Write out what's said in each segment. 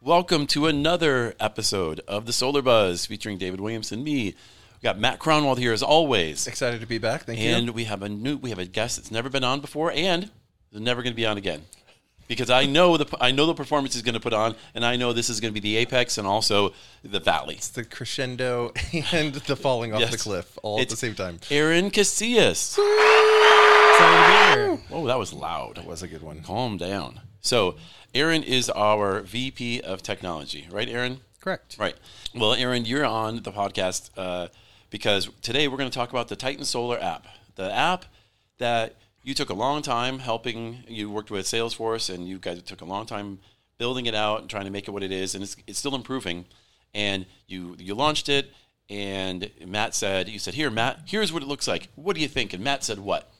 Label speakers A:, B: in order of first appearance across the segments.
A: Welcome to another episode of the Solar Buzz featuring David Williams and me. We got Matt Cronwald here as always,
B: Excited to be back. Thank
A: and
B: you.
A: we have a new we have a guest that's never been on before and is never going to be on again because I know the I know the performance he's going to put on, and I know this is going to be the apex and also the valley.
B: It's the crescendo and the falling off the
A: Yes.
B: cliff all
A: It's
B: at the same time.
A: Aaron Casillas.
B: Excited to be here.
A: Whoa, that was loud.
B: That was a good one.
A: Calm down. So, Aaron is our VP of technology, right, Aaron?
B: Correct.
A: Right. Well, Aaron, you're on the podcast uh, because today we're going to talk about the Titan Solar app, the app that you took a long time helping. You worked with Salesforce, and you guys took a long time building it out and trying to make it what it is, and it's, it's still improving. And you you launched it, and Matt said, "You said here, Matt, here's what it looks like. What do you think?" And Matt said, "What?"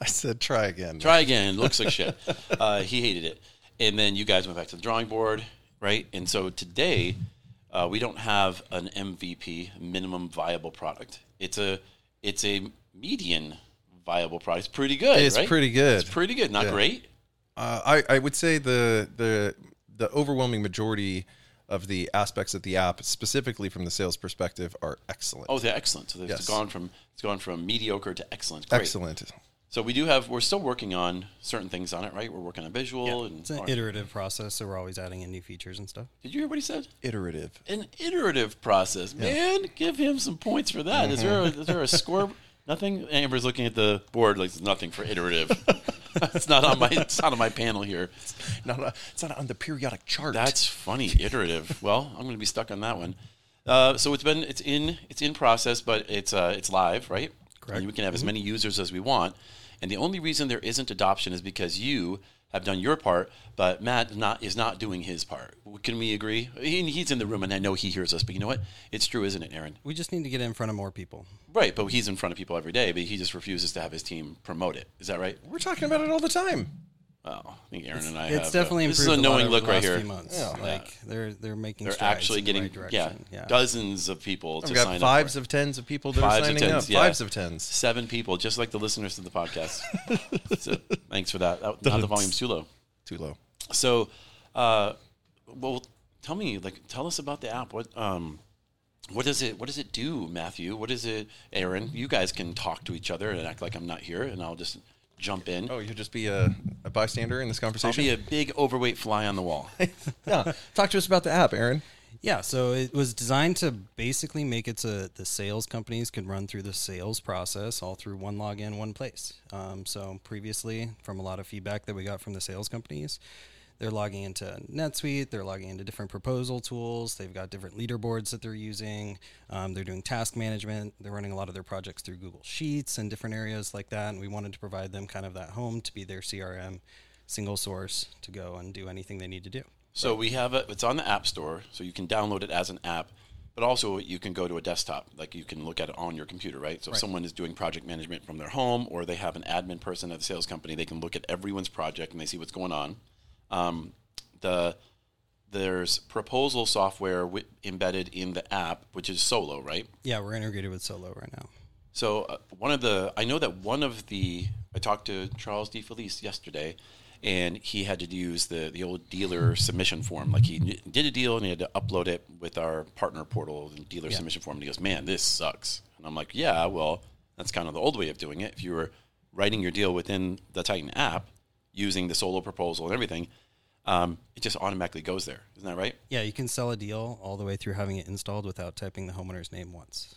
B: I said try again.
A: try again. It looks like shit. Uh, he hated it. And then you guys went back to the drawing board, right? And so today, uh, we don't have an MVP, minimum viable product. It's a it's a median viable product. It's pretty good.
B: It's
A: right?
B: pretty good.
A: It's pretty good. Not great.
B: Uh, I, I would say the the the overwhelming majority of the aspects of the app, specifically from the sales perspective, are excellent.
A: Oh, they're excellent. So it's
B: Yes.
A: gone from it's gone from mediocre to excellent. Great.
B: excellent.
A: So we do have we're still working on certain things on it, right? We're working on visual and
C: It's an iterative process, so we're always adding in new features and stuff.
A: did you hear what he said?
B: Iterative.
A: an iterative process, man. Give him some points for that. Is there a, is there a score? Nothing. Amber's looking at the board like there's nothing for iterative. it's not on my it's not on my panel here.
B: Not a, it's not on the periodic chart.
A: That's funny. Iterative. Well, I'm going to be stuck on that one. Uh, so it's been it's in it's in process, but it's uh, it's live, right? Correct. And we can have as
C: Mm-hmm.
A: many users as we want. And the only reason there isn't adoption is because you have done your part, but Matt not is not doing his part. Can we agree? He, he's in the room, and I know he hears us. But you know what? It's true, isn't it, Aaron?
C: We just need to get in front of more people.
A: Right. But he's in front of people every day, but he just refuses to have his team promote it. Is that right?
B: We're talking about it all the time.
A: Well, I think Aaron and I.
C: It's
A: have,
C: definitely
A: uh, this
C: improved.
A: is a
C: a lot
A: knowing
C: over
A: look
C: the
A: right
C: last
A: here.
C: Few months. Like they're they're making.
A: They're
C: strides
A: actually
C: in the
A: getting
C: right
A: yeah,
C: direction. yeah.
A: dozens of people to
B: I've
A: sign
B: got
A: up
B: fives of tens of people that
A: Fives
B: are
A: of
B: signing
A: tens,
B: up.
A: yeah.
B: Fives of tens.
A: seven people, just like the listeners to the podcast. so, thanks for that. That- Now the volume's too low.
B: Too low.
A: So, uh, well, tell me, like, tell us about the app. What, um, what does it? What does it do, Matthew? What is it, Aaron? You guys can talk to each other and act like I'm not here, and I'll just jump in.
B: Oh, you'll just be a, a bystander in this
A: I'll
B: conversation.
A: be a big overweight fly on the wall.
B: yeah. Talk to us about the app, Aaron.
C: Yeah, so it was designed to basically make it so the sales companies could run through the sales process all through one login, one place. Um, so previously, from a lot of feedback that we got from the sales companies, they're logging into NetSuite, they're logging into different proposal tools, they've got different leaderboards that they're using, um, they're doing task management, they're running a lot of their projects through Google Sheets and different areas like that. And we wanted to provide them kind of that home to be their CRM single source to go and do anything they need to do.
A: So we have a, it's on the App Store, so you can download it as an app, but also you can go to a desktop, like you can look at it on your computer, right? So if someone is doing project management from their home, or they have an admin person at the sales company, they can look at everyone's project and they see what's going on. Um, the there's proposal software wi embedded in the app, which is Solo, right?
C: Yeah, we're integrated with Solo right now.
A: So uh, one of the I know that one of the I talked to Charles D. Felice yesterday, and he had to use the the old dealer submission form. Like he kn- did a deal and he had to upload it with our partner portal and dealer submission form. And he goes, "Man, this sucks." And I'm like, "Yeah, well, that's kind of the old way of doing it. If you were writing your deal within the Titan app using the solo proposal and everything." Um, it just automatically goes there, isn't that right?
C: Yeah, you can sell a deal all the way through having it installed without typing the homeowner's name once.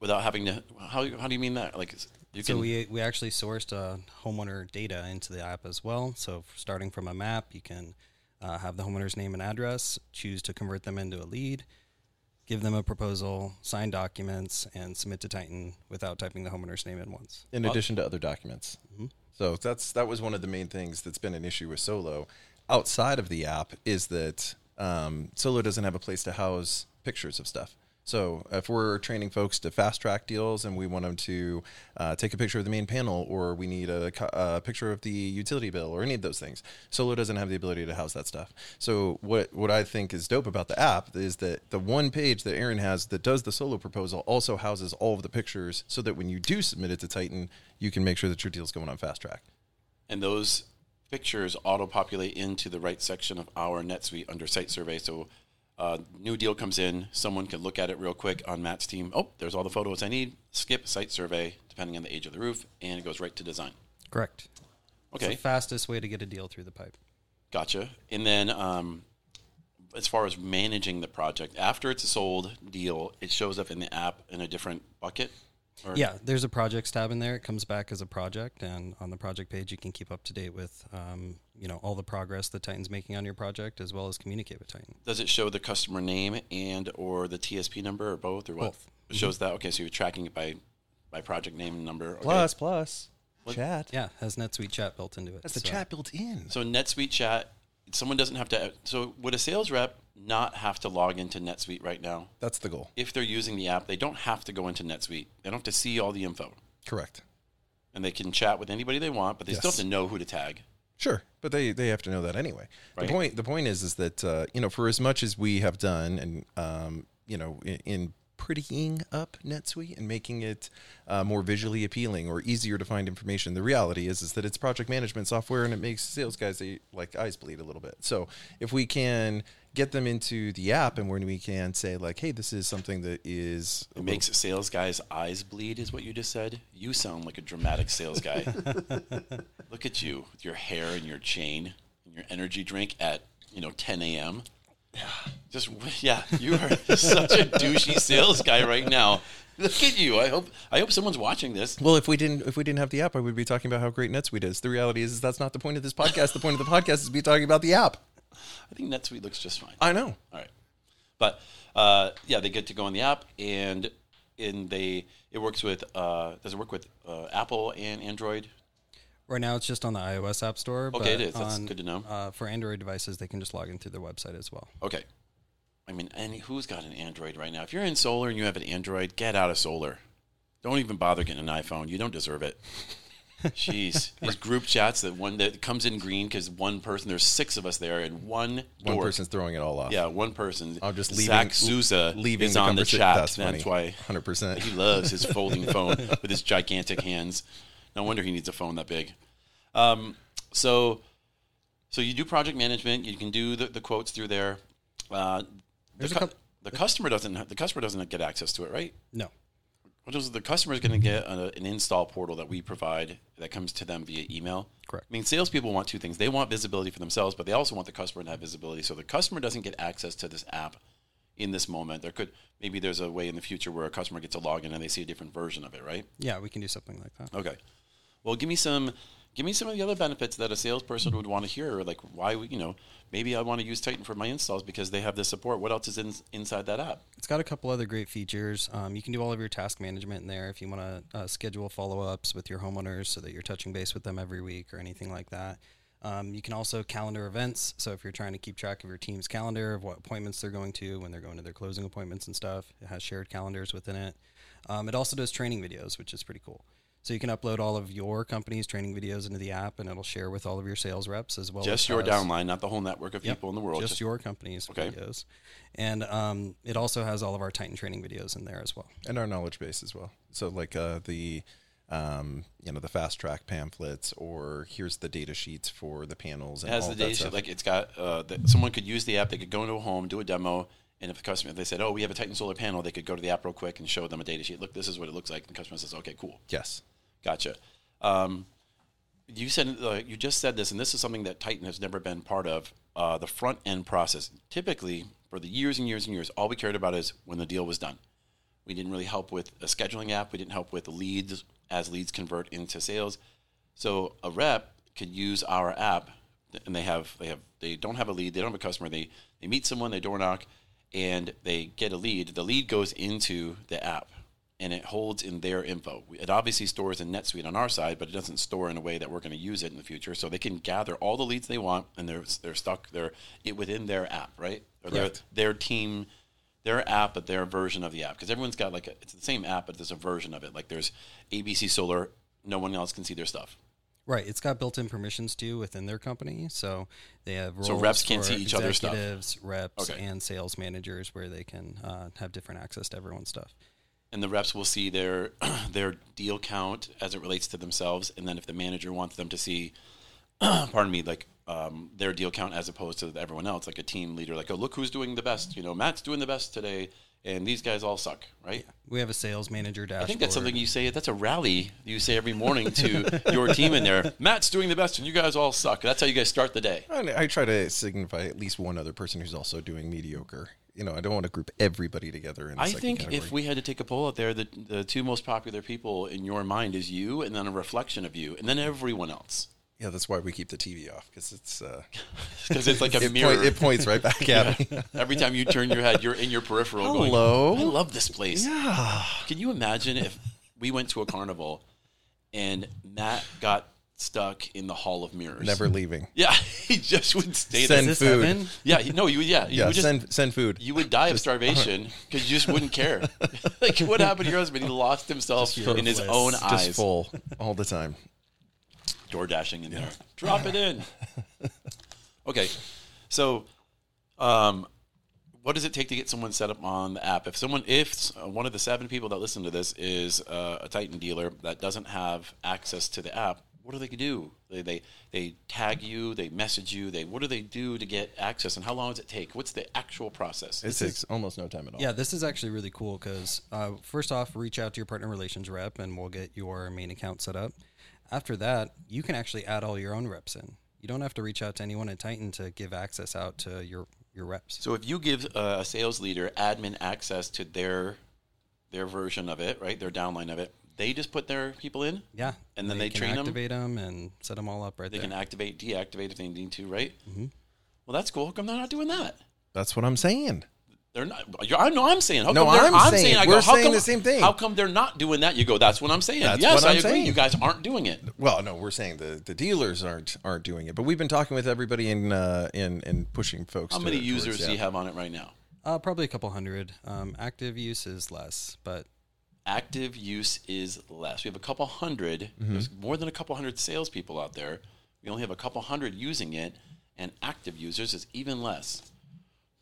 A: Without having to, how, how do you mean that? Like, it's- you
C: So
A: can,
C: we we actually sourced uh, homeowner data into the app as well. So f- starting from a map, you can uh, have the homeowner's name and address, choose to convert them into a lead, give them a proposal, sign documents, and submit to Titan without typing the homeowner's name in once.
B: in addition to other documents. So Uh, mm-hmm. that's that was one of the main things that's been an issue with Solo. Outside of the app is that um, Solo doesn't have a place to house pictures of stuff. So if we're training folks to fast track deals and we want them to uh, take a picture of the main panel, or we need a, co- a picture of the utility bill, or any of those things, Solo doesn't have the ability to house that stuff. So what what I think is dope about the app is that the one page that Aaron has that does the Solo proposal also houses all of the pictures, so that when you do submit it to Titan, you can make sure that your deal's going on fast track.
A: and those pictures auto populate into the right section of our NetSuite under site survey. So uh, new deal comes in, someone can look at it real quick on Matt's team. Oh, there's all the photos I need. Skip site survey, depending on the age of the roof, and it goes right to design.
C: Correct. It's
A: Okay,
C: the fastest way to get a deal through the pipe.
A: gotcha. And then um, as far as managing the project, after it's a sold deal, it shows up in the app in a different bucket. Or
C: Yeah, there's a projects tab in there. It comes back as a project, and on the project page, you can keep up to date with, um, you know, all the progress that Titan's making on your project, as well as communicate with Titan.
A: Does it show the customer name and or the TSP number or both or what?
C: Both.
B: Mm-hmm.
A: It shows that. Okay, so you're tracking it by by project name and number. Okay.
B: Plus, plus chat.
C: Yeah, has NetSuite chat built into it.
B: That's the
C: so-
B: chat built in.
A: So NetSuite chat, someone doesn't have to. So would a sales rep not have to log into NetSuite right now?
B: That's the goal.
A: If they're using the app, they don't have to go into NetSuite. They don't have to see all the info,
B: Correct.
A: and they can chat with anybody they want, but they still
B: Yes.
A: have to know who to tag.
B: Sure, but they they have to know that anyway.
A: Right.
B: The point the point is is that uh, you know for as much as we have done and um, you know in, in prettying up NetSuite and making it uh, more visually appealing or easier to find information, the reality is is that it's project management software and it makes sales guys they, like eyes bleed a little bit. So if we can get them into the app and when we can say like, hey, this is something that is
A: It makes sales guys' eyes bleed, is what you just said. You sound like a dramatic sales guy. Look at you with your hair and your chain and your energy drink at you know 10 a.m. Just yeah, you are such a douchey sales guy right now. Look at you. I hope I hope someone's watching this.
B: Well, if we didn't if we didn't have the app, I would be talking about how great NetSuite is. The reality is, is that's not the point of this podcast. The point of the podcast is to be talking about the app.
A: I think NetSuite looks just fine.
B: I know.
A: All right, but uh, yeah, they get to go on the app and and they it works with uh, does it work with uh, Apple and Android?
C: Right now, it's just on the iOS App Store. but
A: it is. That's
C: on,
A: good to know.
C: Uh, for Android devices, they can just log in through their website as well.
A: Okay. I mean, any, who's got an Android right now? If you're in solar and you have an Android, get out of solar. Don't even bother getting an iPhone. You don't deserve it. Jeez, these group chats that one that comes in green because one person. There's six of us there, and one
B: One
A: dork-
B: person's throwing it all off.
A: Yeah, one person.
B: I'm just leaving.
A: Zach Souza
B: leaving
A: is on the
B: conversa-
A: chat.
B: That's,
A: That's,
B: funny.
A: why
B: Hundred percent.
A: he loves his folding phone with his gigantic hands. No wonder he needs a phone that big. Um, so, so you do project management. You can do the, the quotes through there. Uh, the,
C: There's a
A: cu-
C: couple-
A: the customer doesn't. ha- The customer doesn't get access to it, right?
C: No,
A: What is the customer is going to get an, an install portal that we provide that comes to them via email.
C: Correct.
A: I mean, salespeople want two things: they want visibility for themselves, but they also want the customer to have visibility. So the customer doesn't get access to this app in this moment. There could maybe there's a way in the future where a customer gets a login and they see a different version of it, right?
C: yeah, we can do something like that.
A: Okay. Well, give me some. Give me some of the other benefits that a salesperson would want to hear, like why we, you know, maybe I want to use Titan for my installs because they have this support. What else is in, inside that app?
C: It's got a couple other great features. Um, you can do all of your task management in there if you want to uh, schedule follow ups with your homeowners so that you're touching base with them every week or anything like that. Um, you can also calendar events. So if you're trying to keep track of your team's calendar, of what appointments they're going to, when they're going to their closing appointments and stuff, it has shared calendars within it. Um, it also does training videos, which is pretty cool. So you can upload all of your company's training videos into the app, and it'll share with all of your sales reps as well.
A: Just
C: as
A: your
C: us.
A: downline, not the whole network of people in the world.
C: Just,
A: Just-
C: your company's
A: Okay.
C: videos. And um, it also has all of our Titan training videos in there as well.
B: and our knowledge base as well. So like uh, the um, you know the fast track pamphlets or here's the data sheets for the panels. And
A: It has
B: all
A: the
B: that
A: data sheet.
B: stuff.
A: Like it's got uh, the, someone could use the app. They could go into a home, do a demo, and if the customer if they said, "Oh, we have a Titan solar panel," they could go to the app real quick and show them a data sheet. Look, this is what it looks like. And the customer says, "Okay, cool,
B: yes,
A: gotcha." Um, you said uh, you just said this, and this is something that Titan has never been part of. Uh, the front end process. Typically, for the years and years and years, all we cared about is when the deal was done. We didn't really help with a scheduling app. We didn't help with leads as leads convert into sales. So a rep could use our app, and they have they have they don't have a lead, they don't have a customer. They they meet someone, they door knock, and they get a lead. The lead goes into the app, and it holds in their info. It obviously stores in NetSuite on our side, but it doesn't store in a way that we're going to use it in the future. So they can gather all the leads they want, and they're they're stuck they're it within their app, right? Or their,
B: Correct.
A: their team their app, but their version of the app. Because everyone's got like a, it's the same app, but there's a version of it. Like there's ABC Solar, no one else can see their stuff.
C: Right. It's got built in permissions too within their company. So they have roles
A: reps can't
C: for
A: see each other's stuff.
C: executives, reps,
A: Okay.
C: and sales managers where they can uh, have different access to everyone's stuff.
A: and the reps will see their their deal count as it relates to themselves and then if the manager wants them to see pardon me, like um, their deal count as opposed to everyone else, like a team leader, like, oh, look who's doing the best. You know, Matt's doing the best today, and these guys all suck, right?
C: We have a sales manager dashboard.
A: I think that's something you say. That's a rally you say every morning to your team in there. Matt's doing the best, and you guys all suck. That's how you guys start the day.
B: And I try to signify at least one other person who's also doing mediocre. You know, I don't want to group everybody together. In the
A: I
B: second
A: think
B: category.
A: if we had to take a poll out there, the, the two most popular people in your mind is you, and then a reflection of you, and then everyone else.
B: yeah, that's why we keep the TV off because it's uh,
A: Because it's like a
B: it,
A: mirror.
B: point, it points right back at me.
A: Every time you turn your head, you're in your peripheral. going,
B: Hello.
A: I love this place. Can you imagine if we went to a carnival and Matt got stuck in the Hall of Mirrors?
B: Never leaving.
A: Yeah, he just would stay
C: Does
B: Send
A: there.
C: this
B: food.
C: happen?
A: Yeah, he- no, you yeah, you
B: Yeah,
A: would just
B: send uh-huh. send food.
A: you would die of starvation because you just wouldn't care. like what happened to your husband? He lost himself in his
C: fearless.
A: own
B: Just
A: eyes.
B: full all the time.
A: door dashing in there. Drop it in. Okay, so um, what does it take to get someone set up on the app? If someone, if s- uh, one of the seven people that listen to this is uh, a Titan dealer that doesn't have access to the app, what do they do? They they, they tag you, they message you, they what do they do to get access, and how long does it take? What's the actual process?
B: It takes almost no time at all.
C: Yeah, this is actually really cool because uh, first off, reach out to your partner relations rep and we'll get your main account set up. After that, you can actually add all your own reps in. You don't have to reach out to anyone at Titan to give access out to your, your reps.
A: So if you give uh, a sales leader admin access to their their version of it, right, their downline of it, they just put their people in.
C: Yeah.
A: And then they
C: can
A: train 'em?
C: activate them and set them all up right
A: They
C: there.
A: can activate, deactivate if they need to, right? Mm-hmm. Well, that's cool. How come they're not doing that?
B: That's what I'm saying.
A: They're not. You're, I know I'm saying. How
B: No,
A: come they're-
B: I'm saying-
A: I
B: we're
A: go, how
B: saying
A: come,
B: the same thing.
A: How come they're not doing that? You go. That's what I'm saying.
B: That's
A: yes,
B: what I'm
A: I agree.
B: saying.
A: You guys aren't doing it.
B: Well, no, we're saying the, the dealers aren't aren't doing it, but we've been talking with everybody in uh, in and pushing folks.
A: How
B: to-
A: many
B: towards
A: users
B: that.
A: do you have on it right now?
C: uh, probably a couple hundred. Um, active use is less, but
A: Active use is less. We have a couple 100
B: Mm-hmm.
A: There's more than a couple hundred salespeople out there. We only have a couple hundred using it, and active users is even less.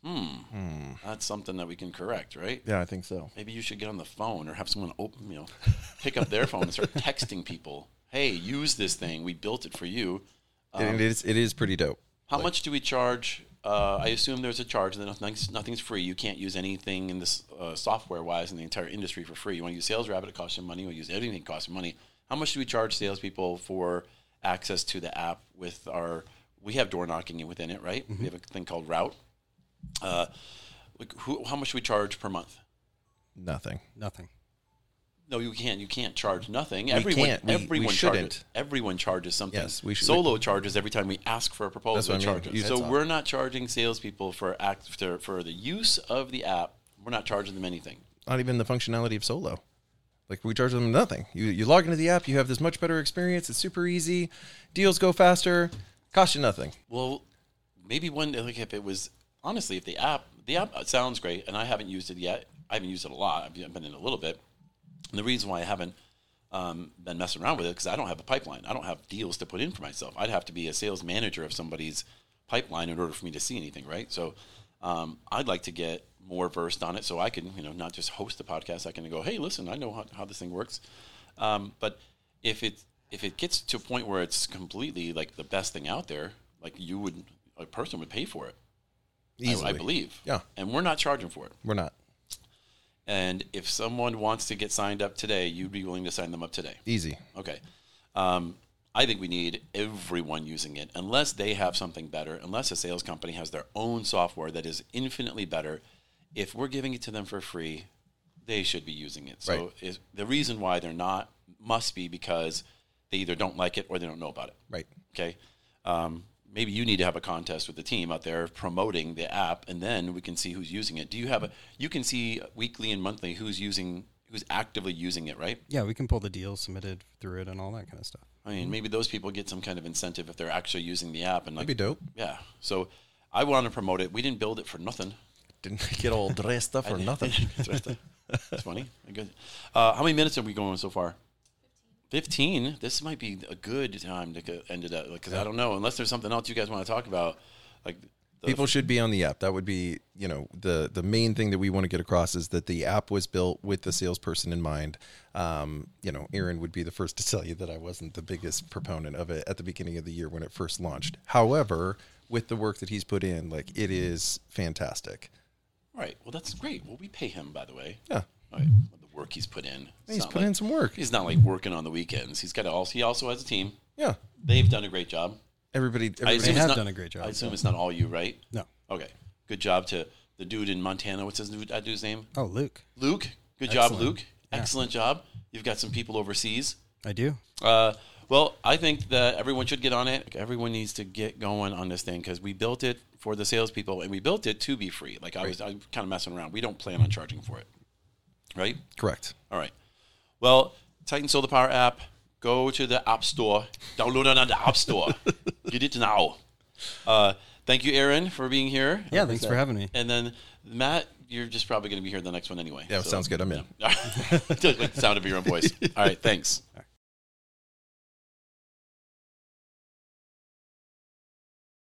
A: Hmm. That's something that we can correct, right?
B: Yeah, I think so.
A: Maybe you should get on the phone or have someone open, you know, pick up their phone and start texting people. Hey, use this thing. We built it for you. Um,
B: and it is it is pretty dope.
A: How much do we charge? Uh, I assume there's a charge. That nothing's, nothing's free. You can't use anything in this uh, software-wise in the entire industry for free. You want to use SalesRabbit, it costs you money. We use everything, it costs you money. How much do we charge salespeople for access to the app with our? We have door knocking within it, right? We have a thing called Route. Uh, like who, how much do we charge per month?
B: Nothing.
C: nothing.
A: No, you can't. You can't charge nothing. everyone,
B: can't. We- we
A: everyone Charges,
B: shouldn't.
A: everyone charges something.
B: Yes, we should-
A: Solo charges every time we ask for a proposal.
B: That's what I mean.
A: charges.
B: You-
A: So
B: that's
A: we're not charging salespeople for act for, for the use of the app. We're not charging them anything.
B: Not even the functionality of Solo. Like we charge them nothing. You you log into the app, you have this much better experience. It's super easy. Deals go faster. Cost you nothing.
A: Well, maybe one day, like if it was honestly, if the app the app sounds great, and I haven't used it yet. I haven't used it a lot. I've been in it a little bit. And the reason why I haven't um, been messing around with it because I don't have a pipeline. I don't have deals to put in for myself. I'd have to be a sales manager of somebody's pipeline in order for me to see anything, right? So um, I'd like to get more versed on it so I can, you know, not just host the podcast. I can go, hey, listen, I know how, how this thing works. Um, but if it if it gets to a point where it's completely like the best thing out there, like you would a person would pay for it. I-
B: Easily.
A: I believe.
B: Yeah.
A: And we're not charging for it.
B: We're not
A: And if someone wants to get signed up today, you'd be willing to sign them up today.
B: easy.
A: Okay. Um, I think we need everyone using it, unless they have something better, unless a sales company has their own software that is infinitely better. If we're giving it to them for free, they should be using it. So
B: Right.
A: is, the reason why they're not must be because they either don't like it or they don't know about it.
B: Right.
A: Okay. Um, maybe you need to have a contest with the team out there promoting the app, and then we can see who's using it. Do you have a? You can see weekly and monthly who's using, who's actively using it, right?
C: Yeah, we can pull the deals submitted through it and all that kind of stuff.
A: I mean, maybe those people get some kind of incentive if they're actually using the app and like,
B: That'd be dope.
A: yeah. So I want to promote it. We didn't build it for nothing.
B: Didn't get all dressed up or nothing.
A: it's funny. I guess. Uh, how many minutes are we going so far? Fifteen. This might be a good time to co- end it up because I don't know unless there's something else you guys want to talk about. Like the
B: People should be on the app. That would be, you know, the the main thing that we want to get across is that the app was built with the salesperson in mind. Um, you know, Aaron would be the first to tell you that I wasn't the biggest proponent of it at the beginning of the year when it first launched. However, with the work that he's put in, like it is fantastic.
A: right. Well, that's great. Well, we pay him by the way.
B: Yeah.
A: All right. The work he's put in. It's
B: He's
A: not
B: put in
A: like-
B: some work.
A: He's not like working on the weekends. He's got to also. He also has a team.
B: Yeah.
A: They've done a great job.
B: Everybody,
A: I
B: everybody
A: assume it's
C: have
A: not-
C: done a great job.
A: I assume it's not all you, right?
C: No.
A: Okay. Good job to the dude in Montana. What's his new, that dude's name?
C: Oh, Luke,
A: Luke. Good job,
C: Excellent.
A: Luke. Excellent job. You've got some people overseas.
C: I do.
A: Uh, well, I think that everyone should get on it. Everyone needs to get going on this thing because we built it for the salespeople and we built it to be free. Like I was, I'm kind of messing around. We don't plan on charging for it, right?
B: correct.
A: All right. Well, Titan Solar Power app. Go to the App Store. Download it on the App Store. Get it now. Uh, thank you, Aaron, for being here.
C: Yeah, thanks for having me.
A: And then Matt, you're just probably going to be here the next one anyway.
B: Yeah, sounds good. I'm in.
A: Like the sound of your own voice. All right, thanks.